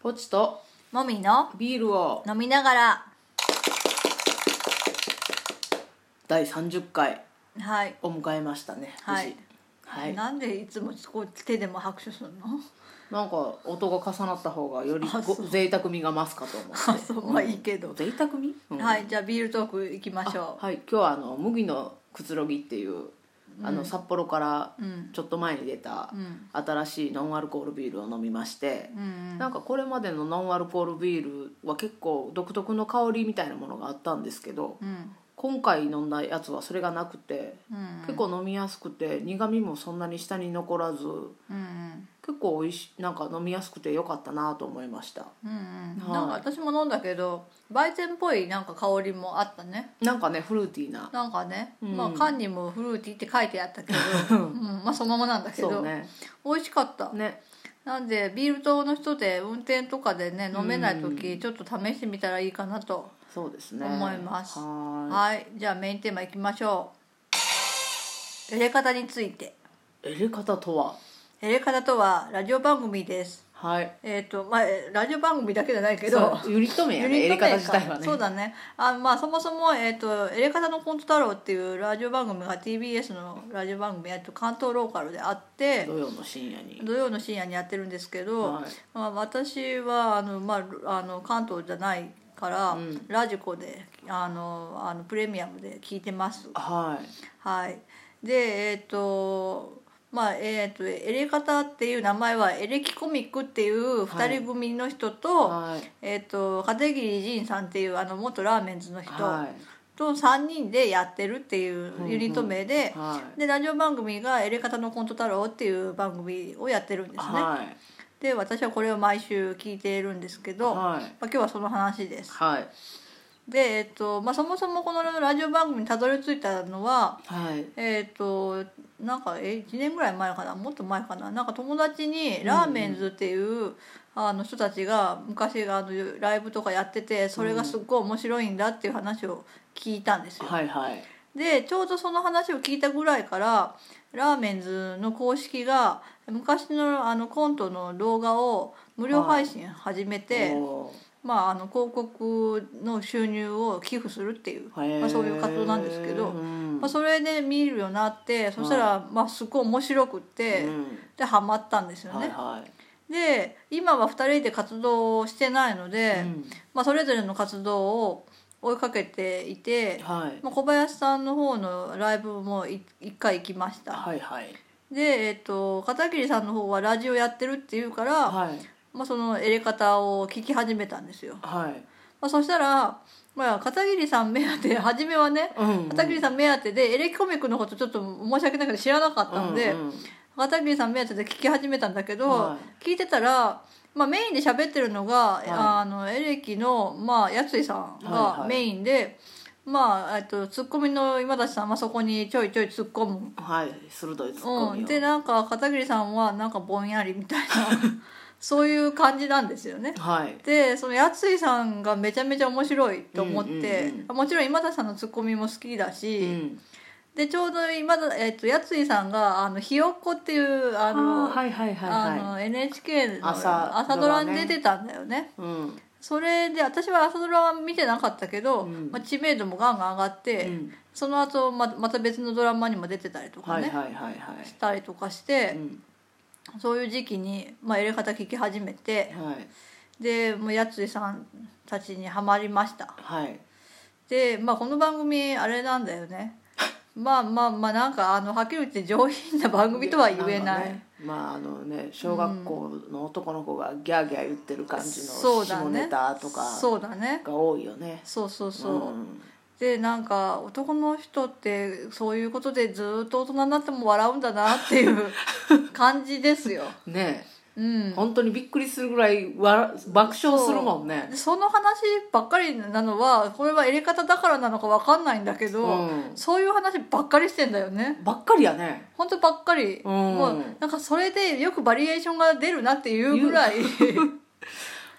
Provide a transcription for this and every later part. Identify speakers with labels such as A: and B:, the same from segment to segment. A: ポチと
B: もみの
A: ビールを
B: 飲みながら
A: 第30回
B: はい、
A: を迎えましたね
B: はい
A: 無事はい
B: なんでいつもこう手でも拍手するの
A: なんか音が重なった方がより
B: あ
A: ご
B: そう
A: 贅沢味が増すかと思って
B: あそうまあいいけど
A: うん贅沢味、うん
B: はいじゃあビールトーク行きま
A: あ
B: しょ
A: はい今日はあの麦のくつろぎっていうあの札幌から
B: うん
A: ちょっと前に出た
B: うん
A: 新しいノンアルコールビールを飲みまして
B: う、うん
A: なんかこれまでのノンアルコールビールは結構独特の香りみたいなものがあったんですけど
B: うん
A: 今回飲んだやつはそれがなくて
B: うん
A: 結構飲みやすくて苦味もそんなに下に残らず
B: うん
A: 結構美味しいなんか飲みやすくて良かったなと思いました
B: うん
A: はい
B: うんなんか私も飲んだけど焙煎っぽいなんか香りもあったね
A: なんかねフルーティーな
B: なんかね、
A: うん
B: まあ缶にもフルーティーって書いてあった けど、うん、まあそのままなんだけ
A: そ
B: ど、
A: うね
B: 美味しかった
A: ね
B: なんでビール糖の人で運転とかでね飲めない時ちょっと試してみたらいいかなと
A: そうですね
B: 思います
A: は
B: はいじゃあメインテーマいきましょうエレカタについて
A: ーい入れ方とは
B: エレカタとはラジオ番組です
A: はい
B: えっ、とまあえラジオ番組だけじゃないけ
A: け
B: ど
A: どユニッ ト名やね
B: ユ
A: 入
B: ニ
A: れ方
B: ット名か
A: 自体はね
B: そうだねあまあそもそも、えっと「エレカタのコント太郎」っていうラジオ番組が TBS のラジオ番組、えっと、関東ローカルであって
A: 土曜の深夜に
B: 土曜の深夜にやってるんですけど、
A: はい
B: まあ、私はあの、まあ、あの関東じゃないから、
A: うん
B: ラジコであのあのプレミアムで聞いてます
A: はい
B: はいでえっ、とまあえっ、とエレカタっていう名前はエレキコミックっていう2人組の人と、
A: はい
B: えっ、と片桐仁さんっていうあの元ラーメンズの人
A: は
B: と3人でやってるっていうユニット名で、
A: いはい
B: でラジオ番組が「エレカタのコント太郎」っていう番組をやってるんですね、
A: はい
B: で私はこれを毎週聞いているんですけど、まあ、
A: はい
B: 今日はその話です
A: はい
B: で、えっとまあ、そもそもこのラジオ番組にたどり着いたのは
A: はい
B: えっとなんかえ1年ぐらい前かなもっと前かななんか友達にラーメンズっていう、あの人たちが昔あのライブとかやっててそれがすっごい面白いんだっていう話を聞いたんですよ、
A: はいはい
B: でちょうどその話を聞いたぐらいからラーメンズの公式が昔のあのコントの動画を無料配信始めて、
A: お
B: まあ、あの広告の収入を寄付するっていう、
A: ー
B: まあ、そういう活動なんですけど、
A: うん
B: まあ、それで見るようになってそしたらまあすごい面白くって、
A: うん
B: でハマったんですよね。
A: はいはい
B: で今は2人で活動をしてないので、
A: うん
B: まあ、それぞれの活動を追いかけていて、
A: はい
B: まあ、小林さんの方のライブもい一回行きました、
A: はいはい
B: で、えっと片桐さんの方はラジオやってるっていうから、
A: はい
B: まあ、そのエレカタを聞き始めたんですよ、
A: はい
B: まあ、そしたら、まあ、片桐さん目当て初めはね
A: うん
B: 片桐さん目当てでエレキコミックのことちょっと申し訳ないけど知らなかったんで、
A: うんうん
B: 片桐さん目当てで聞き始めたんだけど、
A: は
B: 聞いてたら、まあ、メインで喋ってるのが、
A: い
B: あのエレキの、まあ、やついさん
A: はいは
B: が
A: い
B: メインで、まあ、えっとツッコミの今立さんはそこにちょいちょい突っ込む。
A: はい鋭いツッコ
B: う
A: ミ
B: ん、
A: を
B: でなんか片桐さんはなんかぼんやり みたいなそういう感じなんですよね。
A: はい
B: でそのやついさんがめちゃめちゃ面白いと思って、
A: うんうん
B: もちろん今田さんのツッコミも好きだし、
A: うん
B: でちょうど今田、えっとやついさんがあのひよっこっていうあの
A: あーはいはいはい
B: あ
A: は
B: の NHK の
A: 朝
B: 朝ドラに出てたんだよね
A: いうん
B: それで私は朝ドラは見てなかったけど、
A: うん
B: まあ、知名度もガンガン上がって、
A: うん
B: その後ままた別のドラマにも出てたりとか
A: はい
B: ね、
A: はいはいはい
B: したりとかして
A: う、ん
B: そういう時期に、まあ、入れ方聞き始めて
A: はい
B: でもうやついさんたちにはまりました
A: はい
B: で、まあ、この番組あれなんだ よねまあまあまあなんかあのはっきり言って上品な番組とは言え
A: ん
B: ない
A: かねまああのね小学校の男の子がギャーギャー言ってる感じ
B: そ
A: の
B: うだ
A: 下
B: ね
A: ネタとか
B: そうだね
A: が多いよね
B: そうそうそう、
A: ん
B: でなんか男の人ってそういうことでずっと大人になっても笑うんだなっていう 感じですよ。
A: ね
B: うん、
A: 本当にびっくりするぐらいわ爆笑するもんね
B: でその話ばっかりなのはこれは入れ方だからなのかわかんないんだけど、
A: うん
B: そういう話ばっかりしてんだよね。
A: ばっかりやね
B: 本当ばっかり、
A: うん
B: もうなんかそれでよくバリエーションが出るなっていうぐらい、うん、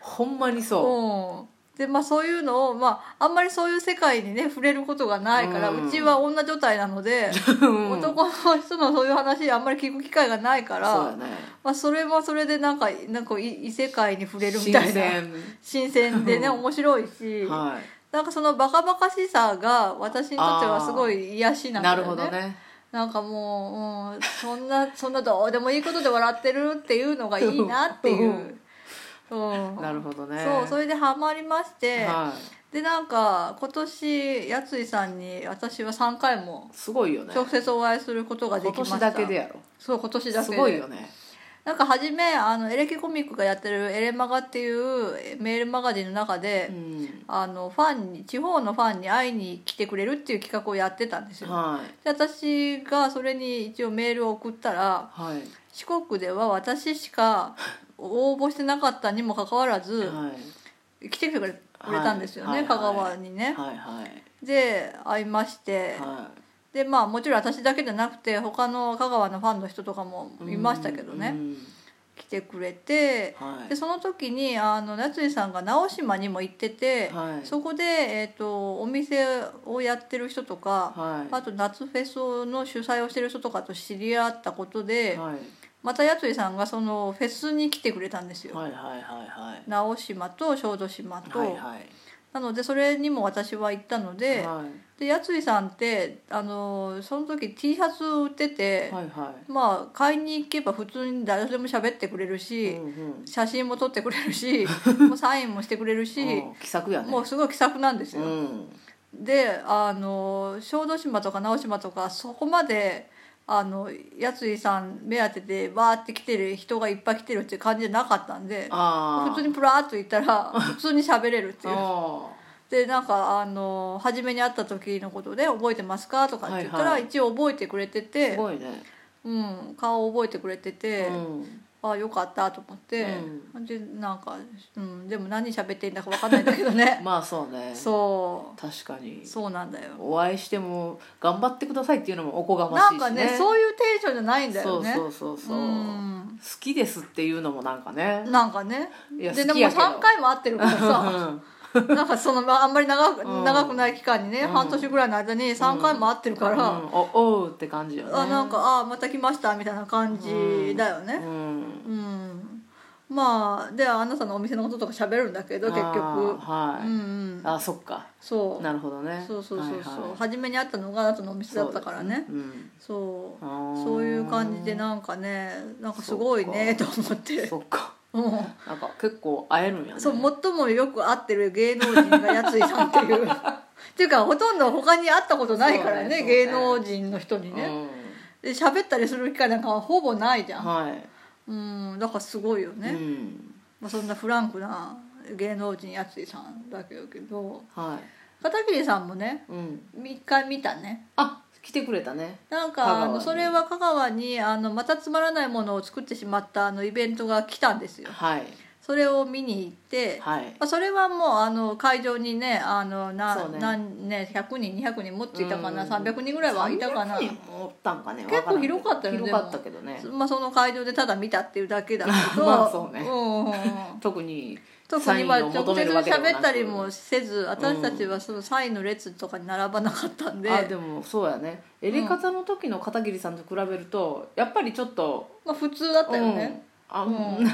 A: ほんまにそう
B: もでまあ、そういうのを、まあ、あんまりそういう世界にね触れることがないから、
A: う
B: うんちは女女体なので
A: うん
B: 男の人のそういう話あんまり聞く機会がないから
A: そうやね
B: まあ、それはそれでなんかなんか異異世界に触れるみ
A: 新
B: たいな
A: 鮮
B: 新鮮でね
A: うん
B: 面白いし、
A: は
B: なんかそのバカバカしさが私にとってはすごい癒し
A: い
B: なんだ
A: な
B: よ
A: る
B: ね
A: ほどね
B: なんかもう、うん、そんなそんなどうでもいいことで笑ってるっていうのがいいなっていう、うん、
A: なるほどね
B: そうそれでハマりまして、
A: はい
B: でなんか今年やついさんに私は3回も
A: すごいよね
B: 直接お会いすることがで
A: 今
B: きまし
A: 年だ
B: た
A: けでやろ
B: そう今年だけ
A: す
B: です
A: ごいよね
B: なんか初めあのエレキコミックがやってる「エレマガ」っていうメールマガジンの中で、
A: うん
B: あのファンに地方のファンに会いに来てくれるっていう企画をやってたんですよ、
A: はい
B: で私がそれに一応メールを送ったら
A: はい
B: 四国では私しか応募してなかったにもかかわらず
A: はい
B: 来てくれくれたんですよね、
A: はいはい
B: 香川にね、
A: はいはい
B: で会いまして、
A: は
B: でまあもちろん私だけじゃなくて他の香川のファンの人とかも
A: い
B: いましたけどね、
A: うん
B: 来てくれて、
A: はい
B: でその時にあの夏井さんが直島にも行ってて、
A: はい
B: そこで、えー、とお店をやってる人とか、
A: はい
B: あと夏フェスの主催をしてる人とかと知り合ったことで、
A: はい
B: また夏井さんがそのフェスに来てくれたんですよ、
A: はいはいはいはい
B: 直島と小豆島と、
A: はいはい
B: なのでそれにも私は行ったので,、
A: はい
B: でやついさんってあのその時 T シャツを売ってて、
A: はいはい
B: まあ買いに行けば普通に誰でも喋ってくれるし、
A: うんうん
B: 写真も撮ってくれ るしもうサインもしてくれるし、
A: うん気さくやね
B: もうすごい気さくなんです
A: う
B: よ、
A: ん
B: であの小豆島とか直島とかそこまであのやついさん目当てでバーって来てる人がいっぱい来てるっていう感じじゃなかったんで
A: ああ
B: 普通にプラーっと行っ たら普通に喋れるっていう
A: あ
B: でなんかあの初めに会った時のことで「覚えてますか?」とかって言った
A: はい
B: ら
A: はい
B: 一応覚えてくれて
A: ー
B: て、
A: すごいね
B: うん、顔を覚えてくれてて、
A: うん
B: ああよかったと思って、でなんか、うん、でも何喋っていいんだか分かんないんだけどね
A: まあそう ね
B: そ
A: 確かに
B: うそうなんだよ
A: お会いしても頑張ってくださいっていうのもおこがま
B: な
A: しい
B: ん
A: し
B: かねそういうテンションじゃないんだ
A: そ
B: よ
A: う
B: ね
A: そうそうそう
B: うん
A: 好きですっていうのもなんかね
B: なんかね
A: いや
B: で
A: 好
B: で
A: き
B: も
A: やけど
B: 3回も会ってるからさ なんかそのまああんまり長く
A: うん
B: 長くない期間にね、
A: うん
B: 半年ぐらいの間に3回も会ってるか
A: うん、
B: ら、
A: うんおおうって感じよね
B: あなんかあまた来ましたみたいな感じだよ
A: う
B: ね
A: ん
B: うん、まあであなたのお店のこととか喋るんだけど結
A: あ
B: 局
A: ーはい、
B: うんうん
A: あそっか
B: そう
A: なるほどね
B: そうそうそうそ
A: は
B: う、
A: いはい
B: 初めに会ったのがあなたのお店だったからね
A: うん
B: そう
A: あ
B: そう
A: ー
B: いう感じでなんかねなんかすごいねと思って
A: そっか
B: う
A: なんか結構会えるんやね
B: んそう最もよく会ってる芸能人がやついさんってい うっていうかほとんど他に会ったことないからね
A: そうねそうね
B: 芸能人の人に
A: う
B: ね
A: ん
B: で喋ったりする機会なんかほぼないじゃん
A: はい
B: うんだからすごいよね、
A: うん
B: まあ、そんなフランクな芸能人やついさんだけど
A: は
B: 片桐さんもね
A: いうん
B: 一回見たね
A: あ来てくれたね
B: なん
A: 香川
B: かあの
A: に
B: それは香川にあのまたつまらないものを作ってしまったあのイベントが来たんですよ
A: はい
B: それを見に行って、
A: はい
B: まあ、それはもうあの会場にねあの
A: そ
B: な
A: うね
B: 何ね100人200人もっといたかな
A: うん
B: 300人ぐらいはいたかな
A: 300人もおったんかね
B: 結構広かったよね
A: わらんけど広かったけどね
B: まあ、その会場でただ見たっていうだけだけ ど
A: まあそうね
B: う んうんうん
A: 特に
B: 特にまあ
A: サインを
B: 直
A: 求
B: 接
A: めるわけでもなく
B: 喋ったりもせず私たちはそのサインの列とかに並ばなかったんで,、
A: あでもそうやねエレカタの時の片桐さんと比べるとやっぱりちょっと
B: まあ、普通だったよね、
A: うんあ
B: うん
A: うん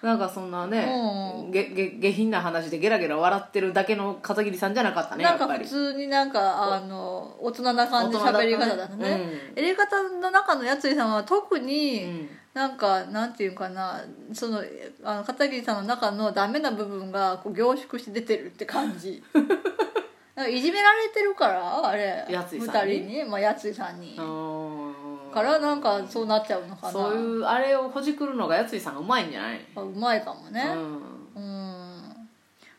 A: なんかそんなね、
B: う
A: げげ下品な話でゲラゲラ笑ってるだけの片桐さんじゃなかったね
B: なん
A: やっ
B: か
A: ぱ
B: 普
A: り
B: 通になんかあの大人な感じ
A: 大人だった
B: 喋
A: ね
B: り方だったね
A: う
B: エレガタの中のやついさんは特
A: う
B: に
A: ん
B: なんかなんていうかなそのあの片桐さんの中のダメな部分がこう凝縮して出てるって感 じなんかいじめられてるからあれ
A: やつい
B: 二
A: さ
B: 人
A: んに
B: に、まあ、やついさんに
A: あー
B: からなんかそうなっちゃうのかな
A: そういうあれをほじくるのがやついさんがうまいんじゃない、
B: あうまいかもね、
A: うん
B: うん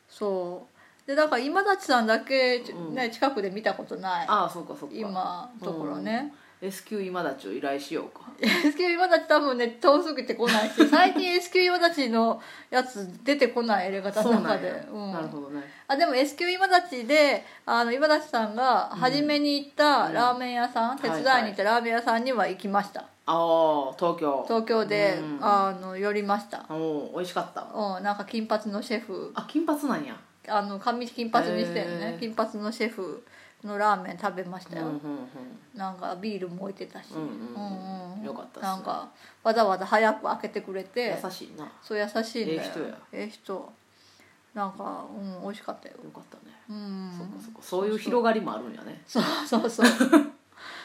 B: そうでだから今立さんだけ、
A: うん
B: ね、近くで見たことない
A: ああそうかそうか
B: 今のところね、
A: S q 今立ちを依頼しようか
B: S q 今立ち多分ね遠すぎてこな いし最近 S q 今立ちのやつ出てこないエレガタ
A: そ
B: の
A: うな
B: 中
A: ん
B: で
A: や、
B: うん
A: なるほどね
B: あでも S q 今立ちであの今立さんが初めに行った
A: うん
B: ラーメン屋さん、手伝いに行ったラーメン屋さんには行きました、
A: ああ東京
B: 東京で、
A: うん
B: あの寄りました
A: おお美味しかった
B: うんなんか金髪のシェフ
A: あ金髪なんや
B: あの髪金髪にしたよね、
A: へー
B: 金髪のシェフのラーメン食べまし
A: うん
B: た
A: う
B: よ、
A: ん
B: なんかビールも置いてたし、
A: うんうんうんよかったっす
B: なんかわざわざ早く開けてくれて
A: 優しいなよ
B: そう優しいん
A: ええ
B: だよ
A: 人や
B: ええ人なんかうん美味しかったよ
A: かったね
B: うん
A: そっかそっかそういう広がりもあるんやね
B: そうそうそう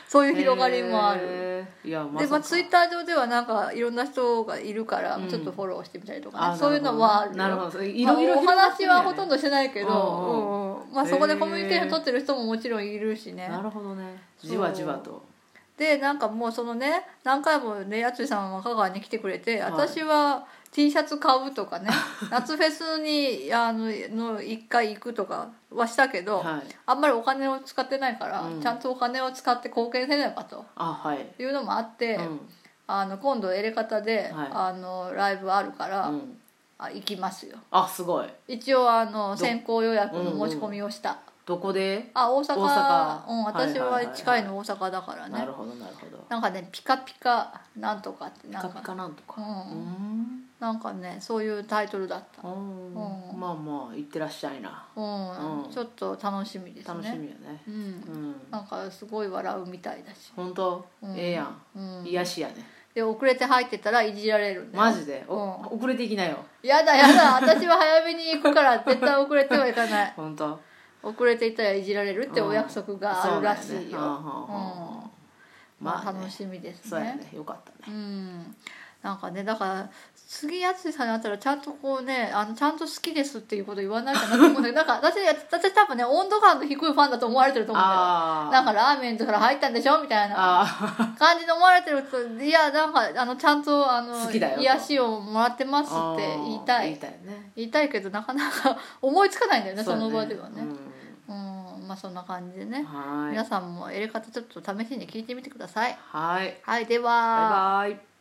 B: そういう広がりもある、
A: へーいやま
B: で
A: さ
B: まあ、
A: か
B: ツイッター上ではなんかいろんな人がいるから
A: うん
B: ちょっとフォローしてみたりとかね、
A: あ
B: そういうのはあるよ
A: なるほどねなるほどいろいろ
B: まあお
A: 広がっ
B: 話
A: てんね
B: はほとんどしてないけど、
A: うん
B: うんうんまあ、そこでコミュニケーション取ってる人ももちろんいるしね
A: なるほどねじわじわと
B: でなんかもうそのね何回もねやついさんは香川に来てくれて、
A: はい
B: 私は T シャツ買う とかね夏フェスにあのの1回行くとかはしたけど、
A: はい
B: あんまりお金を使ってないから、
A: うん
B: ちゃんとお金を使って貢献せねばと
A: あはい
B: いうのもあって、
A: うん
B: あの今度エレカタで、
A: はい
B: あのライブあるから、
A: うん
B: あ行きますよ
A: あすごい
B: 一応あの
A: ど
B: 先行予約の申し込みをした、
A: どこで
B: あ大阪
A: 大阪
B: うん、
A: はい
B: 私
A: はは
B: はい
A: いはい
B: 近いの大阪だからね、
A: なるほどなるほど
B: なんかねピカピカなんとかって
A: ピ
B: なん
A: カ
B: か
A: ピカなんとか
B: うん
A: うん
B: なんかねそういうタイトルだった
A: うんまあまあ行ってらっしゃいな
B: うん、
A: うん
B: ちょっと楽しみですね
A: 楽しみやね
B: うん、
A: うん
B: なんかすごい笑うみたいだし、
A: 本当
B: うん
A: ええや
B: うん
A: ん、癒しやね
B: で遅れて入ってたらいじられるんだよ
A: マジでお遅れていきなよ
B: やだやだ私は早めに行くから絶対遅れてはいかない
A: 本当
B: 遅れていたらいじられるってお約束があるらし
A: うん
B: い
A: そうだよね
B: よ、う
A: は
B: ん
A: あはあはあ
B: ま
A: ま
B: あ
A: あね
B: 楽しみです
A: そうや
B: ね
A: ねよかったね
B: うんなんかねだから次やつさんに会ったらちゃんとこうねあのちゃんと好きですっていうこと言わないかなと思う んだけどなんか私私多分ね温度感の低いファンだと思われてると思うんだよ
A: あ
B: なん
A: か
B: かラーメンとから入ったんでしょみたいな
A: あ
B: 感じで思われてるといやなんかあのちゃんとあの
A: 好きだよと
B: 癒しをもらってます
A: あ
B: って言いたい
A: 言いたいね
B: 言いたいけどなかなか思いつかないんだよねそう
A: や
B: の場ではね
A: うん
B: うん、まあそんな感じでね、
A: はーい
B: 皆さんもエレカタちょっと試しに聞いてみてください
A: はい
B: はいでは
A: バイバイ